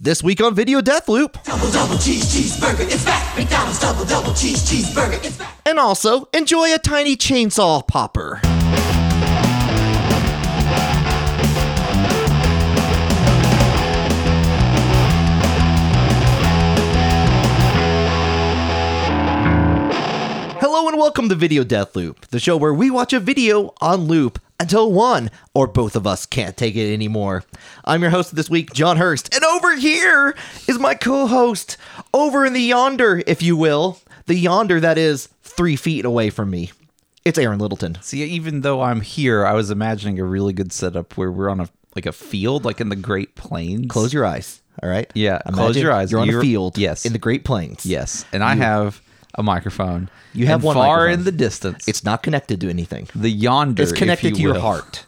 This week on Video Death Loop. Double double cheese cheeseburger, it's back. McDonald's double double cheese cheeseburger, it's back. And also, enjoy a tiny chainsaw popper. Hello and welcome to Video Death Loop, the show where we watch a video on loop until one or both of us can't take it anymore. I'm your host this week, John Hurst, and over here is my co-host, over in the yonder, if you will, the yonder that is three feet away from me. It's Aaron Littleton. See, even though I'm here, I was imagining a really good setup where we're on a like a field, like in the Great Plains. Close your eyes, all right? Yeah, close your eyes. You're on a You're- field, yes. in the Great Plains. Yes, and I have a microphone. You have and one far microphone. in the distance. It's not connected to anything. the yonder. It's if connected you to your will. heart.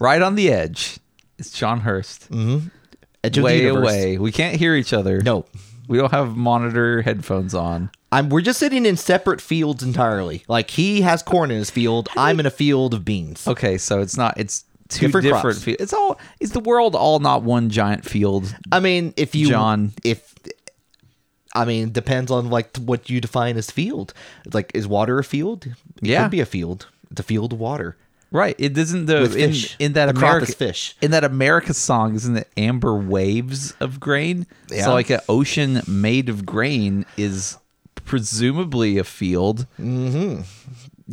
right on the edge. It's John Hurst. Edge of Mm-hmm. the Way universe. away. We can't hear each other. No. we don't have monitor headphones on. I'm we're just sitting in separate fields entirely. Like he has corn in his field, I'm in a field of beans. Okay, so it's not. It's two Different different. crops. fe- it's all. Is the world all not one giant field? I mean, if you John. if I mean, depends on like what you define as field. It's Like, is water a field? It Yeah. could be a field. It's a field of water. Right. It isn't the With in, fish. in that The crop America is fish. in that America song. Isn't it amber waves of grain? Yeah. So like an ocean made of grain is presumably a field.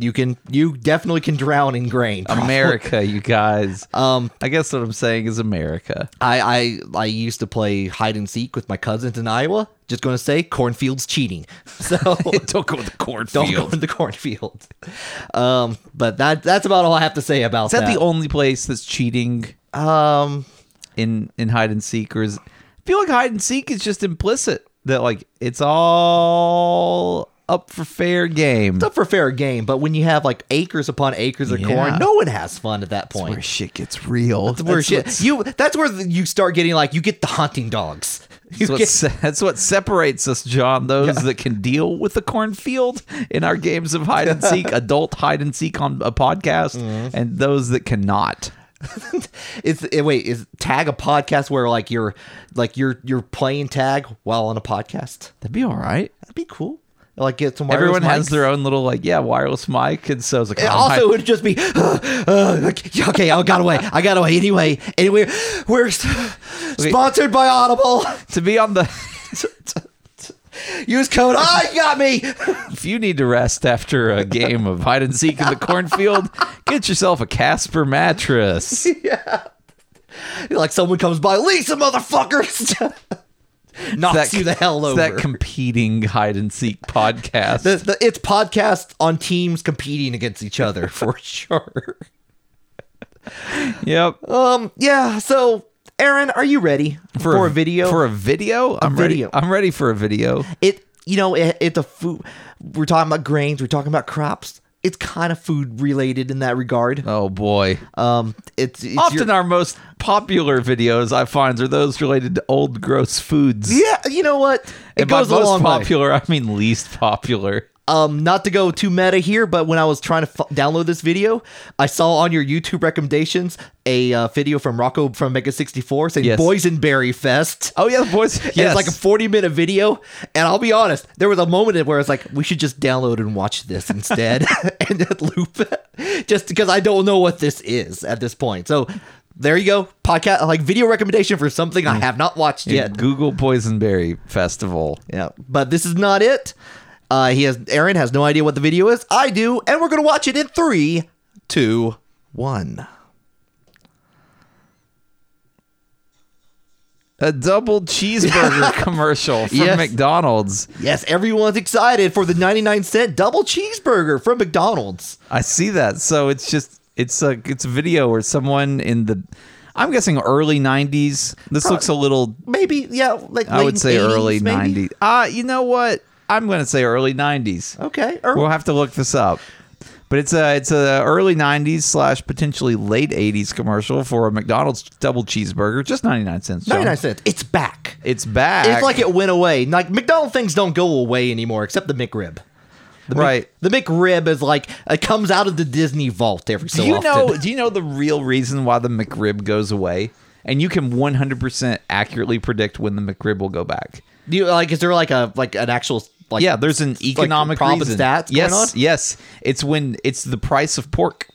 You can you definitely can drown in grain. America, you guys. Um, I guess what I'm saying is America. I, I I used to play hide and seek with my cousins in Iowa. Just going to say, cornfields cheating. So Don't go with the cornfield. don't go in the cornfield. Um, but that that's about all I have to say about is that, the only place that's cheating um in in hide and seek, or is I feel like hide and seek is just implicit that like it's all up for fair game. it's up for fair game, but when you have like acres upon acres of Yeah. corn, no one has fun at that point. where shit gets real. That's where That's shit- what's- you that's where the- you start getting like you get the hunting dogs. You That's what, get- se- that's what separates us, John. Those that can deal with the cornfield in our games of hide and seek, adult hide and seek on a podcast, Mm-hmm. and those that cannot. it's eh, wait is tag a podcast where like you're like you're you're playing tag while on a podcast. That'd be all right. That'd be cool. Like get some wireless Everyone has mics. their own little like yeah wireless mic, and so it's like It oh, also my- would just be uh, uh, like, yeah, okay. I got away. I got away. Anyway, anyway, we're s- sponsored by Audible. to be on the. Use code. Ah, you got me. if you need to rest after a game of hide and seek in the cornfield, get yourself a Casper mattress. like someone comes by, Lisa, motherfuckers, knocks That- you the hell it's over. That competing hide and seek podcast. the, the, it's podcasts on teams competing against each other for sure. yep. Um, yeah. So, Aaron, are you ready for, a, video? for a video I'm video. ready i'm ready for a video it, you know, it, it's a food. We're talking about grains. We're talking about crops. It's kind of food related in that regard. oh boy Um, it's, it's often your- our most popular videos i find are those related to old gross foods yeah. You know what? It and goes by a most long way. popular i mean least popular um, not to go too meta here, but when I was trying to f- download this video, I saw on your YouTube recommendations a uh, video from Rocco from Mega 64 saying Yes. Boysenberry Fest. oh yeah the boys And It's yes like a 40 minute video. And I'll be honest, there was a moment in where it's like, we should just download and watch this instead and then loop it just because I don't know what this is at this point. So there you go. Podcast, like video recommendation for something Mm. I have not watched yet. google boysenberry festival Yeah, but this is not it. Uh, he has Aaron has no idea what the video is. I do, and we're gonna watch it in three, two, one. a double cheeseburger commercial from Yes. mcdonald's Yes, everyone's excited for the ninety-nine cent double cheeseburger from McDonald's. I see that. So it's just it's a it's a video where someone in the I'm guessing early 90s. This looks a little Maybe, yeah, like I would late say 80s, early maybe? 90s. Ah, you know what? I'm going to say early 90s. Okay, or, We'll have to look this up. But it's a it's a early 90s slash potentially late 80s commercial for a McDonald's double cheeseburger, just 99 cents. John. ninety-nine cents. It's back. It's back. It's like it went away. Like McDonald things don't go away anymore, except the McRib. right. The McRib is like it comes out of the Disney vault every so do you often. know? Do you know the real reason why the McRib goes away? and you can 100% accurately predict when the McRib will go back. Do you like? Is there like a like an actual like? yeah, there's an economic prob and reason. stats going yes, on? yes, it's when it's the price of pork.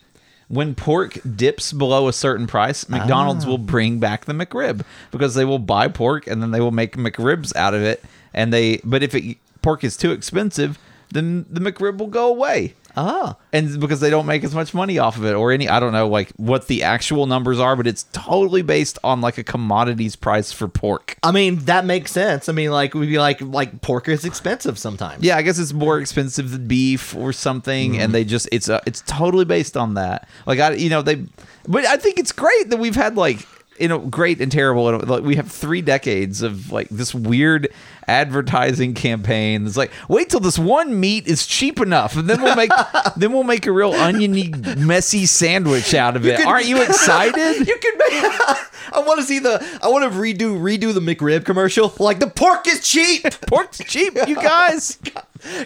When pork dips below a certain price, McDonald's will Ah. bring back the McRib because they will buy pork and then they will make McRibs out of it. And they, but if it, pork is too expensive, then the McRib will go away. Ah. And because they don't make as much money off of it or any, I don't know like what the actual numbers are, but it's totally based on like a commodities price for pork. I mean, that makes sense. I mean, like we'd be like like pork is expensive sometimes. Yeah, I guess it's more expensive than beef or something, Mm-hmm. and they just it's uh, it's totally based on that. Like I, you know, they, but I think it's great that we've had like you know great and terrible. and, Like we have three decades of like this weird advertising campaign. It's like wait till this one meat is cheap enough, and then we'll make then we'll make a real oniony, messy sandwich out of it. can- Aren't you excited? You can make. I want to see the. I want to redo redo the McRib commercial. Like the pork is cheap. Pork's cheap, you guys.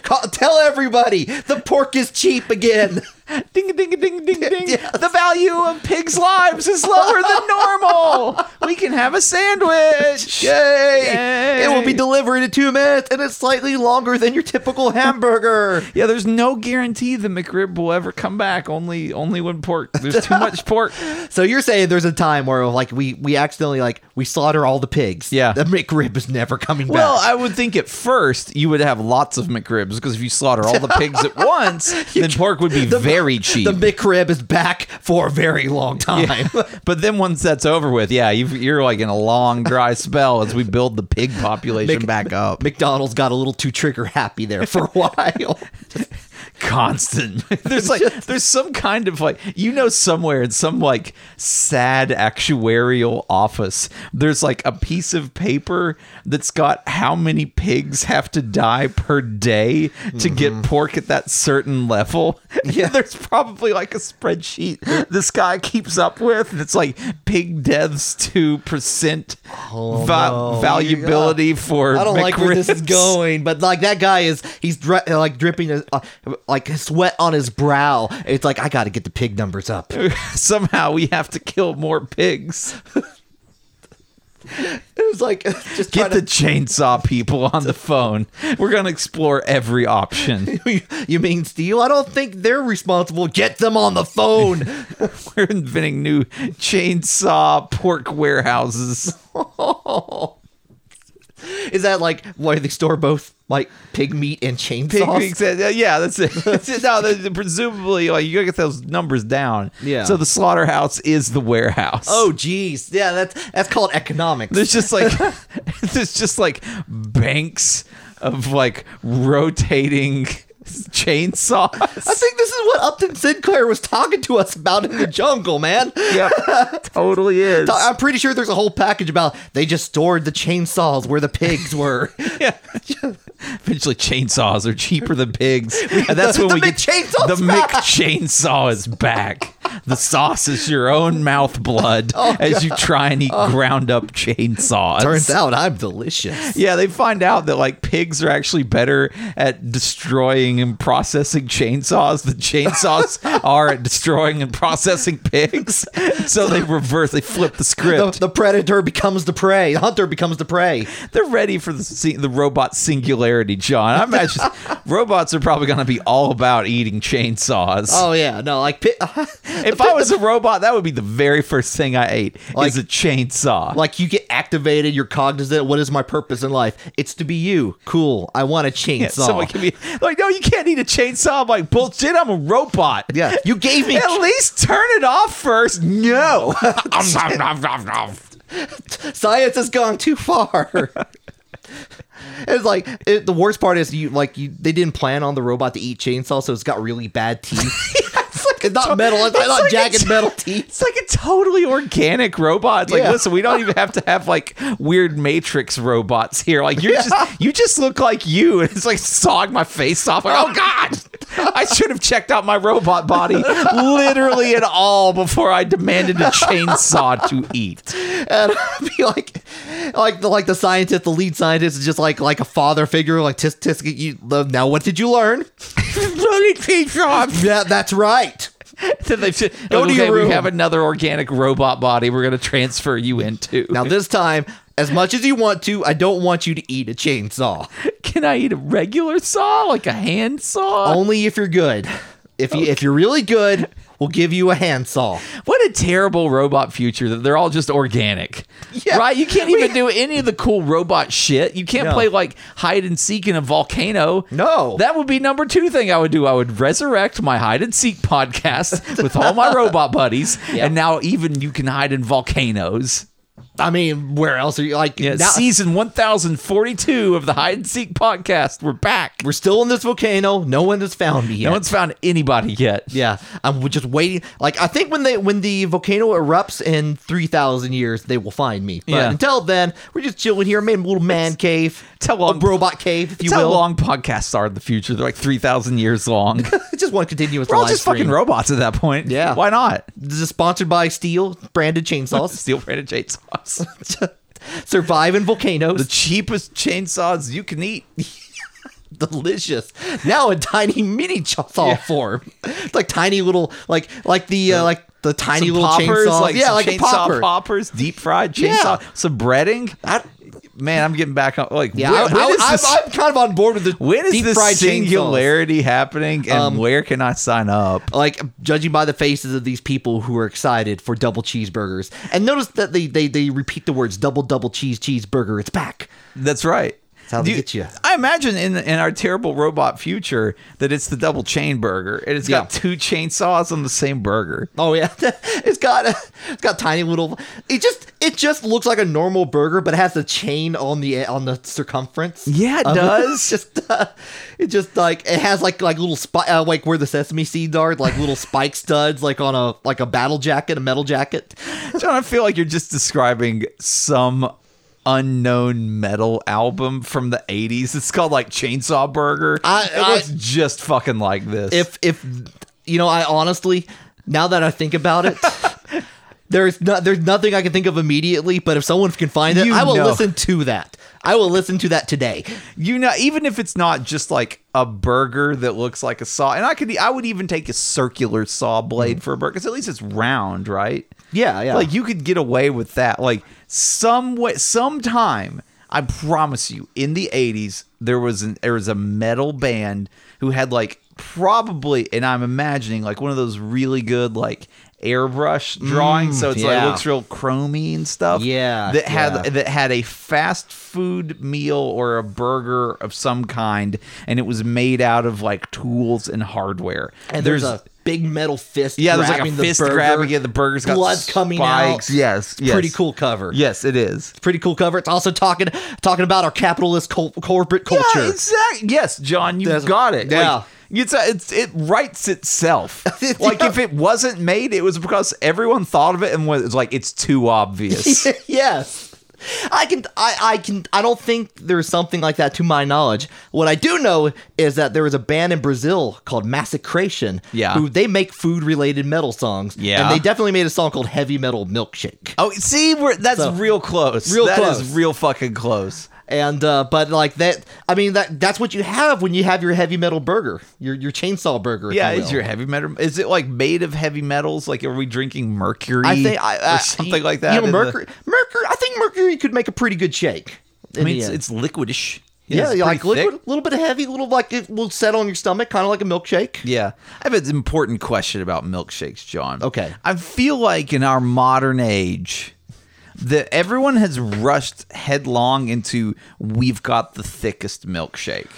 Call, tell everybody the pork is cheap again. Ding ding ding ding ding. Yes. The value of pigs' lives is lower than normal. we can have a sandwich. Yay! It will be Yay. delivered in two minutes, and it's slightly longer than your typical hamburger. Yeah, there's no guarantee the McRib will ever come back. Only only when pork. There's too much pork. So you're saying there's a time where like we we accidentally like we slaughter all the pigs. Yeah. the McRib is never coming back. Well, I would think at first you would have lots of McRibs because if you slaughter all the pigs at once, then pork would be very cheap. the McRib is back for a very long time. but then once that's over with, yeah, you've, you're like in a long dry spell as we build the pig population Mc- back up. McDonald's got a little too trigger happy there for a while. constant. there's like there's some kind of like you know somewhere in some like sad actuarial office. There's like a piece of paper that's got how many pigs have to die per day to Mm-hmm. get pork at that certain level. Yeah, there's probably like a spreadsheet this guy keeps up with, and it's like pig deaths to percent va- Oh, no. valuability for. I don't like where this is McRibs. going, but like that guy is he's dri- uh, like dripping his, uh, like sweat on his brow. It's like I got to get the pig numbers up. Somehow we have to kill more pigs. It was like just Get trying the to chainsaw people on the phone. We're gonna explore every option. you mean steal? I don't think they're responsible. Get them on the phone. We're inventing new chainsaw pork warehouses. Is that like why they store both like pig meat and chainsaws? Pig- pig- Yeah, that's it. That's it. No, that's- presumably, like you gotta get those numbers down. Yeah. So the slaughterhouse is the warehouse. Oh, geez, yeah, that's that's called economics. There's just like there's just like banks of like rotating I chainsaws. think this is what Upton Sinclair was talking to us about in the jungle, man. Yep, totally is. I'm pretty sure there's a whole package about they just stored the chainsaws where the pigs were. Yeah. Eventually, chainsaws are cheaper than pigs, and that's the- the when we get McChainsaw's the Mick chainsaw is back. The sauce is your own mouth blood as you try and eat ground up chainsaws. Turns out I'm delicious. Yeah, they find out that like pigs are actually better at destroying and processing chainsaws than chainsaws are at destroying and processing pigs. So they reverse, they flip the script. The, the predator becomes the prey. The hunter becomes the prey. They're ready for the si- the robot singularity, John. I imagine robots are probably going to be all about eating chainsaws. Oh yeah, no, like pi- if I was a robot, that would be the very first thing I ate Like- is a chainsaw. like you get activated, you're cognizant. What is my purpose in life? It's to be you. Cool. I want a Yeah, chainsaw. someone can be like, no, you can't eat a chainsaw. I'm like, bullshit, I'm a robot. yeah, you gave me. At least turn it off first. No. Om nom nom nom nom. science has gone too far. It's like it, the worst part is you like you they didn't plan on the robot to eat chainsaw, so it's got really bad teeth. it's, not metal, it's, not like a jagged t- metal teeth. It's like a totally organic robot. It's like, Yeah. listen, we don't even have to have like weird matrix robots here. Like you are just you just look like you. And it's like sawing my face off. Like, oh God. I should have checked out my robot body literally at all before I demanded a chainsaw to eat. And I'd be like, like the like the scientist, the lead scientist is just like like a father figure, like tisk tisk. You, now what did you learn? Bloody chainsaw. Yeah, that's right. then they've said, Go to okay, your room." we have another organic robot body we're going to transfer you into. Now this time, as much as you want to, I don't want you to eat a chainsaw. Can I eat a regular saw, like a hand saw? Only if you're good. If you if you're really good, we'll give you a handsaw. What a terrible robot future that they're all just organic. Yeah. Right? You can't even do any of the cool robot shit. You can't No. play like hide and seek in a volcano. No. That would be number two thing I would do. I would resurrect my hide and seek podcast with all my robot buddies. And now even you can hide in volcanoes. I mean, where else are you? Like Yeah, now, season 1042 of the Hide and Seek podcast. We're back. we're still in this volcano. No one has found me yet. No one's found anybody yet. yeah, I'm just waiting. Like I think when they when the volcano erupts in three thousand years, they will find me. But Yeah. until then, we're just chilling here. Made a little man cave, Tell a long- robot cave, if you That's how will. long podcasts are in the future. They're like 3,000 years long. It's just one continuous. We're all live just stream. fucking robots at that point. Yeah. Why not? This is sponsored by Steel branded chainsaws. Steel braided chainsaws. Survive in volcanoes. the cheapest chainsaws you can eat. delicious. Now a tiny mini ch- saw Yeah. form. It's like tiny little like like the uh, like the tiny Some little poppers, chainsaw. like yeah, some like chainsaw a popper. poppers, deep fried chainsaw, some breading. I, man, I'm getting back on. Like, Yeah, where- I, when is I, this- am I'm kind of on board with the when is deep fried this chainsaws. singularity happening, and where can I sign up? Like judging by the faces of these people who are excited for double cheeseburgers, and notice that they they, they repeat the words double double cheese cheeseburger. It's back. That's right. how they get you. I imagine in in our terrible robot future that it's the double chain burger, and it's got Yeah. two chainsaws on the same burger. Oh yeah, it's got it's got tiny little. It just it just looks like a normal burger, but it has a chain on the on the circumference. Yeah, it of does. just uh, it just like it has like like little spike uh, like where the sesame seeds are, like little spike studs, like on a like a battle jacket, a metal jacket. John, I feel like you're just describing some unknown metal album from the 80s. It's called like Chainsaw Burger. I- it I- looks just fucking like this. If if you know, I honestly now that I think about it. There's no, there's nothing I can think of immediately, but if someone can find it, You I will know. listen to that. I will listen to that today. you know, even if it's not just like a burger that looks like a saw, and I could, e, I would even take a circular saw Mm. blade for a burger because at least it's round, right? Yeah, yeah. Like you could get away with that. Like some way, sometime, I promise you, in the eighties, there was an there was a metal band who had like probably, and I'm imagining like one of those really good like airbrush drawings, so it's like Mm, yeah. looks real chromy and stuff. Yeah, that had yeah. that had a fast food meal or a burger of some kind, and it was made out of like tools and hardware. and there's, a big metal fist. Yeah, there's like a grabbing the fist burger. grabbing it. The burger's got blood coming out. spikes. Yes, It's yes. pretty cool cover. Yes, it is. It's pretty cool cover. It's also talking talking about our capitalist cul- corporate culture. Yeah, exactly. Yes, John, you That's- got it. yeah. Like, it's a, it's it writes itself. like if it wasn't made, it was because everyone thought of it and was like, it's too obvious. yes. I can I, I can I don't think there's something like that to my knowledge. What I do know is that there was a band in Brazil called Massacration. Yeah. Who they make food related metal songs. Yeah. And they definitely made a song called Heavy Metal Milkshake. Oh, see, we're, that's So- real close. Real That is close. real fucking close. And uh, but like that I mean that that's what you have when you have your heavy metal burger. Your your chainsaw burger. if Yeah, you is will. your heavy metal? Is it like made of heavy metals? Like, are we drinking mercury? I think I, I, or something like that. You know, in the- mercury, mercury. I think mercury could make a pretty good shake. I mean, it's, it's liquidish. yeah, it's like pretty liquid, thick. a little bit heavy, a little like it will settle on your stomach, kind of like a milkshake. Yeah. I have an important question about milkshakes, John. Okay. I feel like in our modern age that everyone has rushed headlong into we've got the thickest milkshake.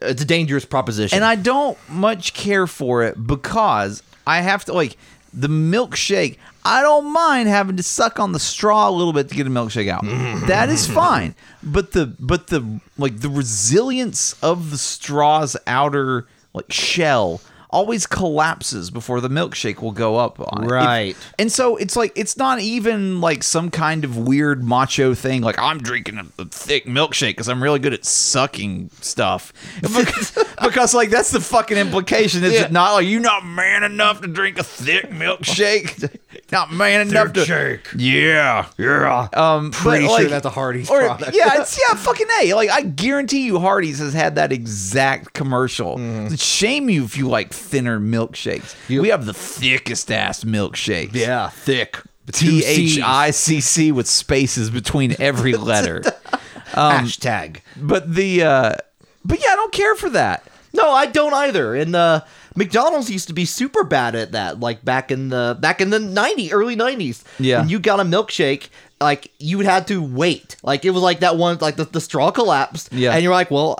It's a dangerous proposition. And I don't much care for it because I have to like the milkshake. I don't mind having to suck on the straw a little bit to get a milkshake out. that is fine. But the but the like the resilience of the straw's outer like shell always collapses before the milkshake will go up on it. If- Right. and so it's like it's not even like some kind of weird macho thing like I'm drinking a, a thick milkshake because I'm really good at sucking stuff. because, because, like that's the fucking implication, is Yeah. it not? Like you're not man enough to drink a thick milkshake. not man enough to. Jake. Yeah, yeah. Um, but, Pretty sure like- that's a Hardee's or, product. Yeah, it's yeah, fucking a. Like I guarantee you, Hardee's has had that exact commercial. Mm-hmm. Shame you if you like thinner milkshakes. we have the thickest ass milkshakes. Yeah, thick. T C's. H I C C with spaces between every letter. Hashtag. but the uh but yeah, I don't care for that. No, I don't either. And uh, McDonald's used to be super bad at that. Like back in the back in the ninety early nineties. Yeah. When you got a milkshake, like you had to wait. Like it was like that one, like the, the straw collapsed. Yeah. And you're like, well,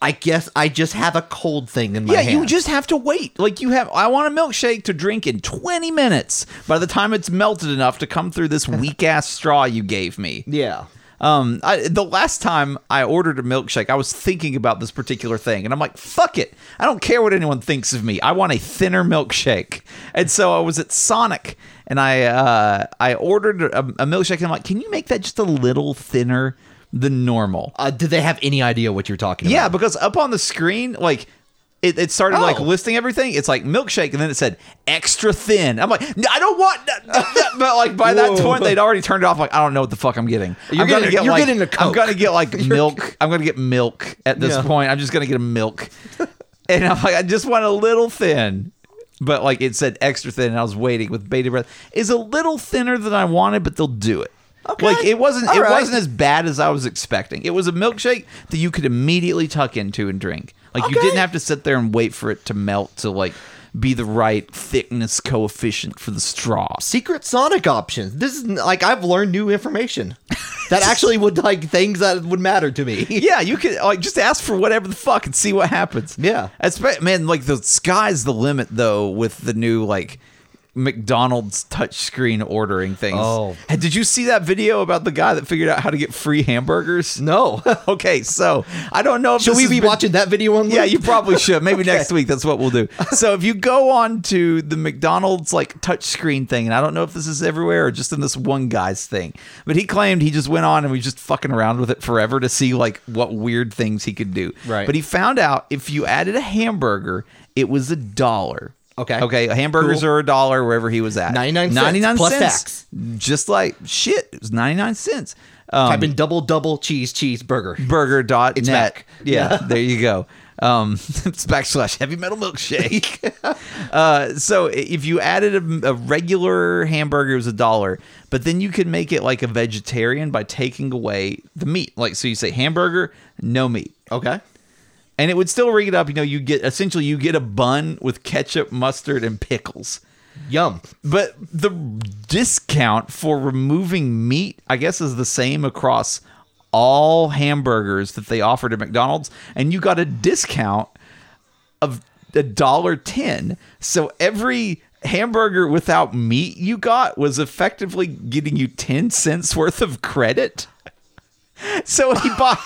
I guess I just have a cold thing in my yeah, hand. you just have to wait. Like you have I want a milkshake to drink in 20 minutes by the time it's melted enough to come through this weak ass straw you gave me. yeah. Um, I, the last time I ordered a milkshake, I was thinking about this particular thing, and I'm like, "Fuck it! I don't care what anyone thinks of me. I want a thinner milkshake." And so I was at Sonic, and I uh, I ordered a, a milkshake, and I'm like, "Can you make that just a little thinner than normal?" Uh, did they have any idea what you're talking Yeah, about? because up on the screen, like it, it started like Oh. listing everything. It's like milkshake, and then it said extra thin. I'm like, "No, I don't want. that- that- that." But like by that Whoa. point, they'd already turned it off. Like I don't know what the fuck I'm getting. You're I'm gonna getting- get you're like, getting a I'm Coke. gonna get like milk. I'm gonna get milk at this Yeah. point. I'm just gonna get a milk. and I'm like, I just want a little thin. But like it said extra thin, and I was waiting with bated breath. Is a little thinner than I wanted, but they'll do it. Okay. Like it wasn't All it right. wasn't as bad as I was expecting. It was a milkshake that you could immediately tuck into and drink. Like you Okay. didn't have to sit there and wait for it to melt to like be the right thickness coefficient for the straw. Secret Sonic options. This is like I've learned new information that actually would like things that would matter to me. Yeah, you could like just ask for whatever the fuck and see what happens. Yeah. Espe- man, like the sky's the limit though with the new like McDonald's touchscreen ordering things. Oh. Hey, did you see that video about the guy that figured out how to get free hamburgers? No. Okay, so I don't know if Should this we has be been- watching that video on? Yeah, loop? you probably should. Maybe next week. That's what we'll do. So if you go on to the McDonald's like touchscreen thing, and I don't know if this is everywhere or just in this one guy's thing, but he claimed he just went on and was just fucking around with it forever to see like what weird things he could do. Right. But he found out if you added a hamburger, it was a dollar. Okay. Okay. Hamburgers Cool. are a dollar wherever he was at. 99 cents, 99 plus cents. tax. Just like shit. It was 99 cents. Um, Type in double double cheese cheeseburger. burger.net. It's back. Yeah, there you go. Um, it's backslash heavy metal milkshake. uh, so i- if you added a, a regular hamburger, it was a dollar, but then you could make it like a vegetarian by taking away the meat. Like, so you say hamburger, no meat. Okay. And it would still ring it up. You know, you get essentially you get a bun with ketchup, mustard, and pickles. Yum. But the discount for removing meat, I guess, is the same across all hamburgers that they offered at McDonald's, and you got a discount of a dollar ten. So every hamburger without meat you got was effectively getting you ten cents worth of credit. So he bought.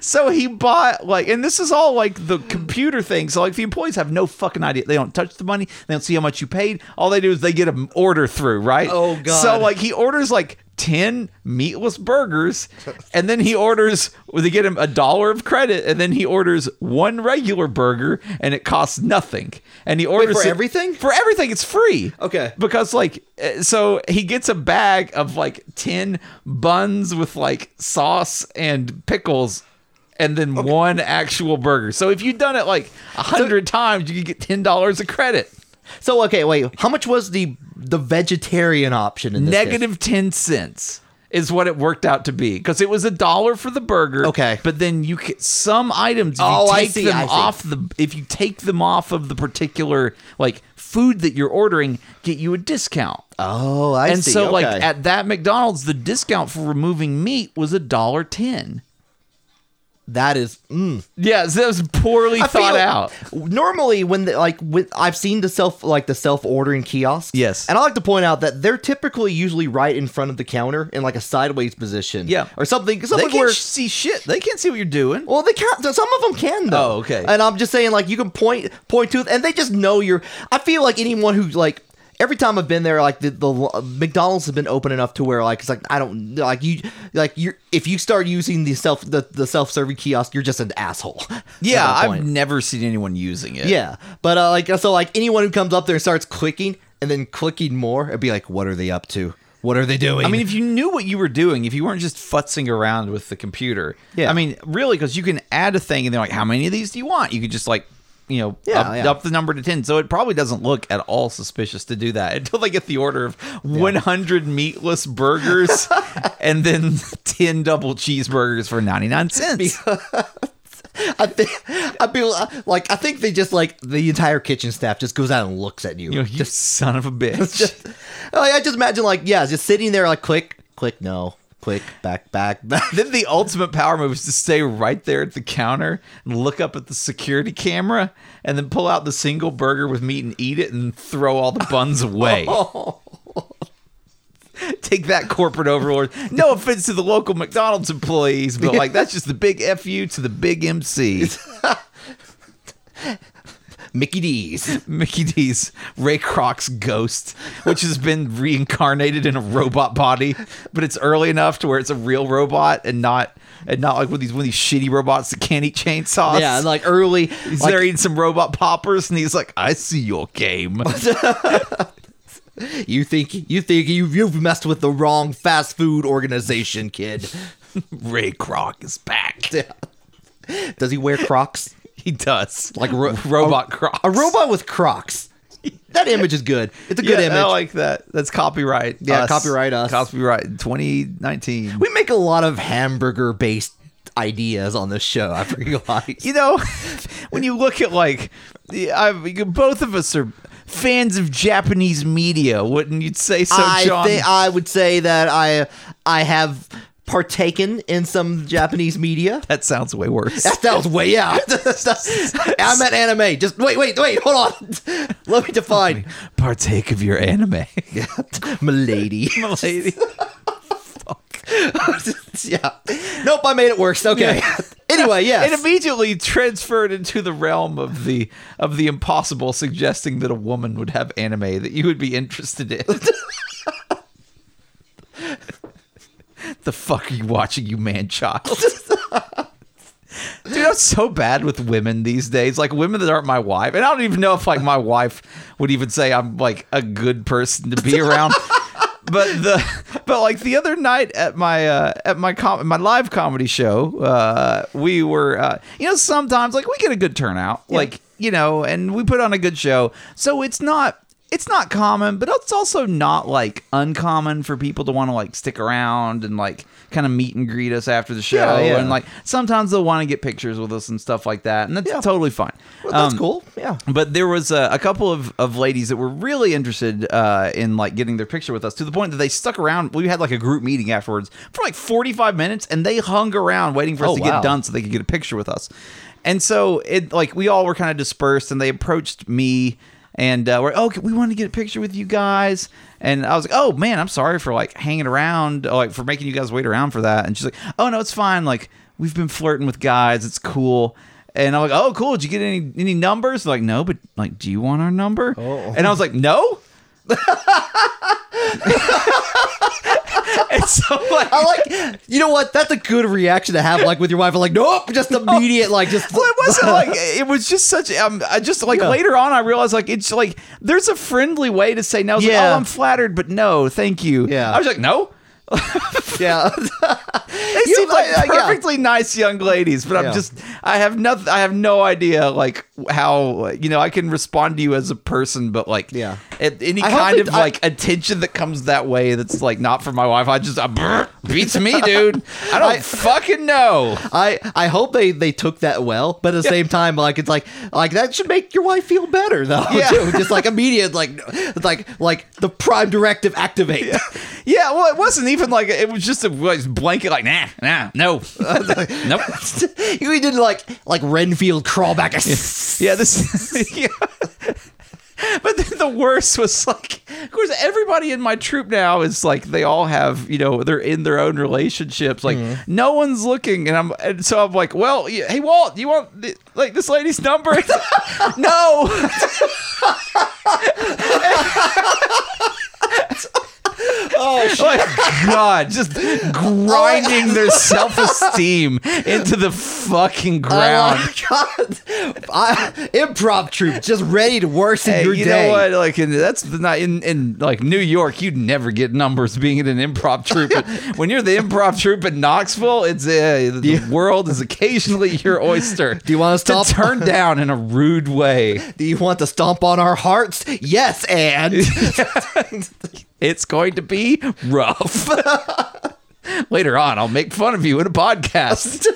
So he bought like, and this is all like the computer thing. So like, the employees have no fucking idea. They don't touch the money. They don't see how much you paid. All they do is they get an order through, right? Oh, God. So like, he orders like ten meatless burgers, and then he orders they get him a dollar of credit, and then he orders one regular burger, and it costs nothing. And he orders for it- everything? for everything. It's free. Okay. Because like eh, so he gets a bag of like 10 buns with like sauce and pickles and then one actual burger. So if you'd done it like a 100 times, you could get $10 of credit. So okay, wait. How much was the the vegetarian option in this case? Negative 10 cents is what it worked out to be because it was a dollar for the burger. Okay. But then you ca some items, if Oh, you I take see, them I see. off the, if you take them off of the particular like food that you're ordering, get you a discount. Oh, I and see. so like okay. at that McDonald's, the discount for removing meat was a dollar ten. that is mm. Yeah, so that was poorly I thought feel- out. Normally, when the, like with I've seen the self like the self ordering kiosks. Yes. and I like to point out that they're typically usually right in front of the counter in like a sideways position. Yeah. or something. They Something can't where sh- see shit. They can't see what you're doing. Well, they can't. Some of them can though. Oh, okay. And I'm just saying, like, you can point point to, it, and they just know you're. I feel like anyone who's like. Every time I've been there, like the, the McDonald's has been open enough to where like it's like I don't like you like you if you start using the self the, the self serving kiosk, you're just an asshole. at Yeah, that I've point. never seen anyone using it. yeah. But uh, like so like anyone who comes up there and starts clicking, and then clicking more and be like, what are they up to? What are they doing? I mean, if you knew what you were doing, if you weren't just futzing around with the computer, Yeah. I mean, really, because you can add a thing and they're like, how many of these do you want? You could just like, you know, Yeah, up, yeah. up the number to 10. So it probably doesn't look at all suspicious to do that until they get the order of 100 meatless burgers and then 10 double cheeseburgers for 99 cents. I think I feel uh, like I think they just like the entire kitchen staff just goes out and looks at you. You, know, you just, son of a bitch. just like, I just imagine like yeah, just sitting there like click, click, no, click, back, back, back. then the ultimate power move is to stay right there at the counter and look up at the security camera and then pull out the single burger with meat and eat it and throw all the buns away. Take that corporate overlord. No offense to the local McDonald's employees, but like that's just the big FU to the big MC. Mickey D's. Mickey D's Ray Kroc's ghost, which has been reincarnated in a robot body, but it's early enough to where it's a real robot and not and not like one of these one of these shitty robots that can't eat chainsaws. Yeah, like early. he's like, there eating some robot poppers, and he's like, "I see your game." you think you think you you've messed with the wrong fast food organization, kid. Ray Kroc is back. Does he wear Crocs? He does Like ro- oh, robot Crocs. A robot with Crocs. That image is good. It's a good Yeah, image. I like that. That's copyright. Yeah, copyright us. Copyright 2019. we make a lot of hamburger based ideas on this show. I realize. you know, when you look at like, the- I, both of us are fans of Japanese media, wouldn't you say so, I, John? thi- I would say that I I have partaken in some Japanese media. that sounds way worse. That sounds way out. I'm at anime. Just wait, wait, wait. Hold on. Let me define. Partake of your anime, Milady. Oh My lady. yeah. Nope, I made it worse. Okay. Yeah. anyway, yes. It immediately transferred into the realm of the of the impossible, suggesting that a woman would have anime that you would be interested in. the fuck are you watching, you man child? Dude, I'm so bad with women these days. Like women that aren't my wife, and I don't even know if like my wife would even say I'm like a good person to be around. but the but like the other night at my uh, at my com- my live comedy show, uh, we were uh, you know sometimes like we get a good turnout, like you know, and we put on a good show. So it's not it's not common, but it's also not like uncommon for people to want to like stick around and like kind of meet and greet us after the show Yeah, yeah. and like sometimes they'll want to get pictures with us and stuff like that, and that's Yeah. totally fine. Well, that's Um, cool. Yeah. But there was a, a couple of, of ladies that were really interested uh, in like getting their picture with us to the point that they stuck around. We had like a group meeting afterwards for like forty five minutes, and they hung around waiting for us Oh, to wow. get done so they could get a picture with us. And so it like we all were kind of dispersed, and they approached me. And uh, we're oh, we wanted to get a picture with you guys, and I was like, oh man, I'm sorry for like hanging around, uh, like for making you guys wait around for that. And she's like, oh no, it's fine. Like we've been flirting with guys, it's cool. And I'm like, oh, cool. Did you get any any numbers? They're like, no, but like, do you want our number? And I was like, no. and so like, I like, you know what? That's a good reaction to have, like with your wife. Like, nope, just immediate, like, just. well, it wasn't like it was just such. Um, I just like Yeah. later on, I realized like it's like there's a friendly way to say no. It's like, Yeah. oh, I'm flattered, but no, thank you. Yeah. I was like, no. yeah. They seem like like- uh, yeah. perfectly nice young ladies, but Yeah. I'm just I have nothing. I have no idea like how you know I can respond to you as a person, but like Yeah. at any I hope kind it- of I- like attention that comes that way that's like not from my wife. I just I, brr, beats me, dude. I don't I- fucking know. I, I hope they, they took that well, but at the same time, like it's like like that should make your wife feel better though. Yeah. Too. Just like immediate, like no- it's like like the prime directive activate. Yeah, well, it wasn't even like it was just a like, blanket like nah, nah, no, nope. you did like like Renfield crawl back. Yeah, this. yeah. But then the worst was like, of course, everybody in my troop now is like they all have, you know, they're in their own relationships. Like no one's looking, and I'm, and so I'm like, well, yeah, hey Walt, you want th- like this lady's number? no. Oh God! Just grinding their self-esteem into the fucking ground. Oh my god! I, improv troupe just ready to worsen Hey, your you day. know what? Like, in, that's the not in, in like New York. You'd never get numbers being in an improv troupe. But when you're the improv troupe in Knoxville, it's uh, the world is occasionally your oyster. Do you wanna stop? to turn down in a rude way? Do you want to stomp on our hearts? Yes, and It's going to be rough. Later on, I'll make fun of you in a podcast.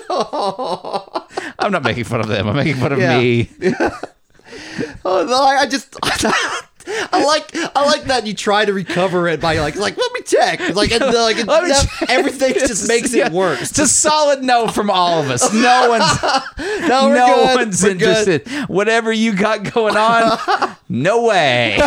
I'm not making fun of them. I'm making fun of Yeah. me. oh, no, I, I just. I like I like that you try to recover it by like like let me check It's like and, like it, Let me no, check. everything just makes Yeah. it worse. It's a solid no from all of us. No one's No, Oh, we're no good. one's We're good. interested. Whatever you got going on, no way.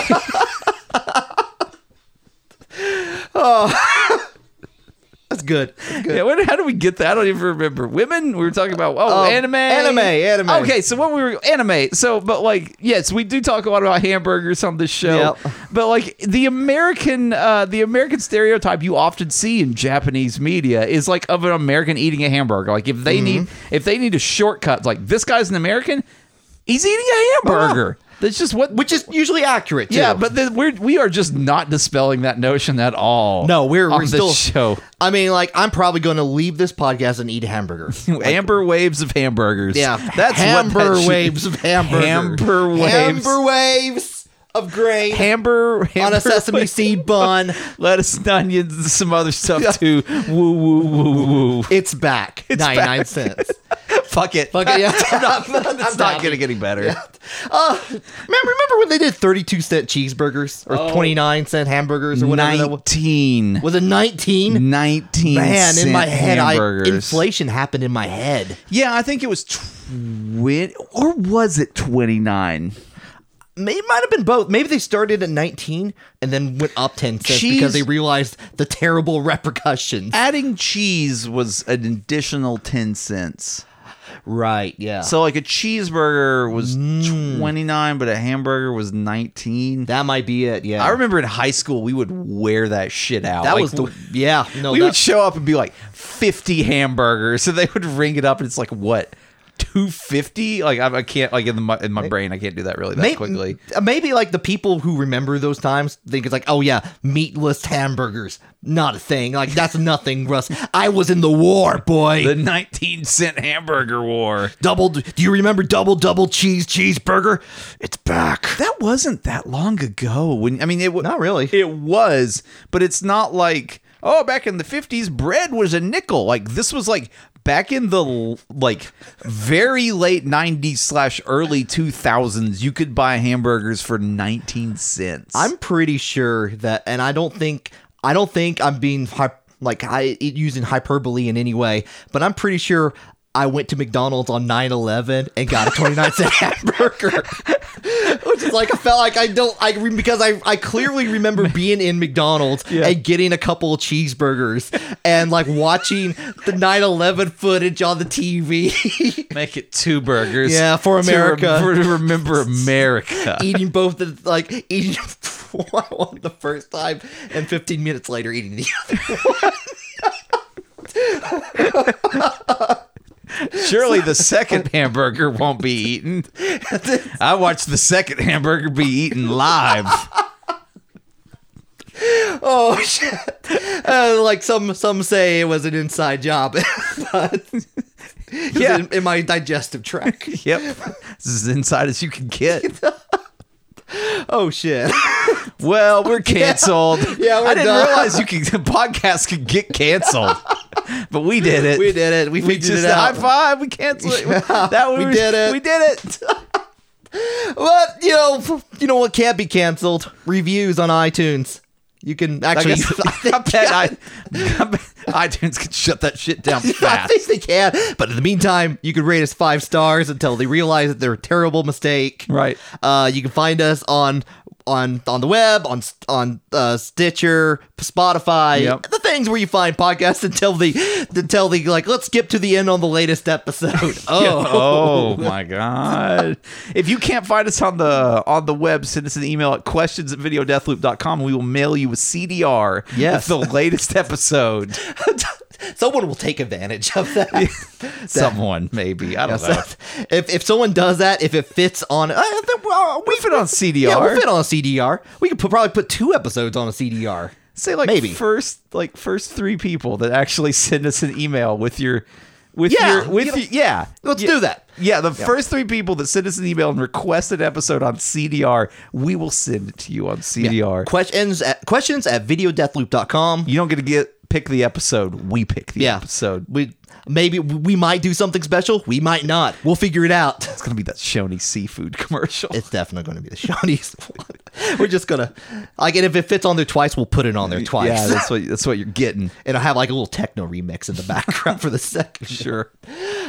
That's good. That's good. Yeah, what, how do we get that? I don't even remember. Women? We were talking about oh, Um, anime, anime, anime. Okay, so what we were anime. So, but like, yes, we do talk a lot about hamburgers on this show. Yep. But like the American, uh, the American stereotype you often see in Japanese media is like of an American eating a hamburger. Like if Mm-hmm. they need, if they need a shortcut, like this guy's an American, he's eating a hamburger. That's just what. Which is usually accurate. Too. yeah, but then we're we are just not dispelling that notion at all. no, we're, on we're this still show. I mean, like I'm probably going to leave this podcast and eat a hamburger. Amber waves of hamburgers. Yeah, that's hamburger what that waves of hamburger. Hamper waves. Hamper waves of grain Hamburger on a sesame seed bun. lettuce, and onions, and some other stuff too. Woo woo woo woo. woo. It's back. Ninety nine cents. Fuck it. Fuck it. Yeah. it's not, I'm it's not happy. getting any better. Uh, man, remember when they did thirty two cent cheeseburgers Oh. or twenty nine cent hamburgers or whatever that was? Nineteen. Was it nineteen? 19 Man, in my cent head, I, hamburgers. inflation happened in my head. Yeah, I think it was twenty, or was it twenty nine? May- It might have been both. Maybe they started at 19 and then went up 10 cents Cheese- because they realized the terrible repercussions. Adding cheese was an additional ten cents. Right, yeah. So So like a cheeseburger was Mm. 29, but a hamburger was 19. that might be it, yeah. I remember in high school we would wear that shit out. that Like, was the yeah, no we that- would show up and be like 50 hamburgers, so they would ring it up and it's like what 250? Like I, I can't like in my in my brain I can't do that really that May- quickly. uh, Maybe like the people who remember those times think it's like, oh yeah, meatless hamburgers, not a thing. Like that's nothing, Russ. I was in the war, boy. The 19 cent hamburger war. double. Do you remember double double cheese cheeseburger? It's back. That wasn't that long ago. When I mean it was Not really. It was, but it's not like oh, back in the fifties, bread was a nickel. Like this was like back in the l- like very late nineties slash early two thousands. You could buy hamburgers for nineteen cents. I'm pretty sure that, and I don't think I don't think I'm being hy- like I it- using hyperbole in any way, but I'm pretty sure. I went to McDonald's on 9/11 and got a 29 cent hamburger, which is like I felt like I don't I re- because I I clearly remember being in McDonald's and getting a couple of cheeseburgers and like watching the 9/11 footage on the TV, make it two burgers. Yeah, for to rem- America. for- to remember America. eating both the like eating one the first time and 15 minutes later eating the other. Surely the second hamburger won't be eaten. I watched the second hamburger be eaten live. Oh shit! Uh, like some some say it was an inside job, but Yeah. yeah, in, in my digestive tract. Yep. This is as inside as you can get. Oh shit! Well, we're canceled. Yeah, we're I didn't done. realize you could podcast could get canceled, but we did it. We did it. We We figured just it high out. five. We canceled it. Yeah, that we was- did it. We did it. But you know, f- you know what can't be canceled? Reviews on iTunes. You can I, actually. I, guess, think, I bet I, I bet iTunes could shut that shit down I fast. think they can. But in the meantime, you can rate us five stars until they realize that they're a terrible mistake. Right. Uh, you can find us on on on the web, on on uh, Stitcher, Spotify, Yep. the things where you find podcasts until the until the like let's skip to the end on the latest episode. Oh, Oh my god. If you can't find us on the on the web, send us an email at questions at videodeathloop.com. We will mail you a CDR Yes. with the latest episode. someone will take advantage of that. Someone, maybe. I don't So know. if if someone does that, if it fits on, uh, then, well, we We fit on CDR. yeah, we'll fit on a CDR. We could put, probably put two episodes on a CDR. Say like Maybe. first like first three people that actually send us an email with your with Yeah, your with you know- your, yeah. Let's Yeah. do that. Yeah, the first three people that send us an email and request an episode on CDR, we will send it to you on CDR. Questions at questions at videodeathloop.com. You don't get to get pick the episode. We pick the Yeah. episode. We maybe we might do something special. We might not. We'll figure it out. It's gonna be that Shoney seafood commercial. It's definitely going to be the Shawnees. one. We're just gonna like, and if it fits on there twice, we'll put it on there twice. Yeah, that's what that's what you're getting. and I have like a little techno remix in the background for the second. Sure.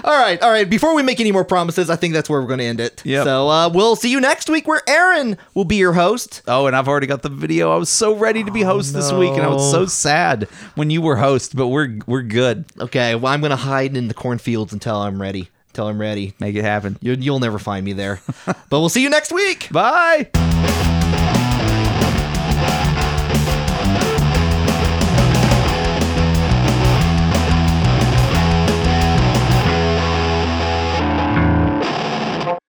All right, all right. Before we make any more promises, I think that's where we're going to end it. Yep. So uh, we'll see you next week, where Aaron will be your host. Oh, and I've already got the video. I was so ready to be host this week, and I was so sad when you were host. But we're we're good. Okay, well, I'm going to hide in the cornfields until I'm ready. Until I'm ready. Make it happen. You, you'll never find me there. but we'll see you next week. Bye.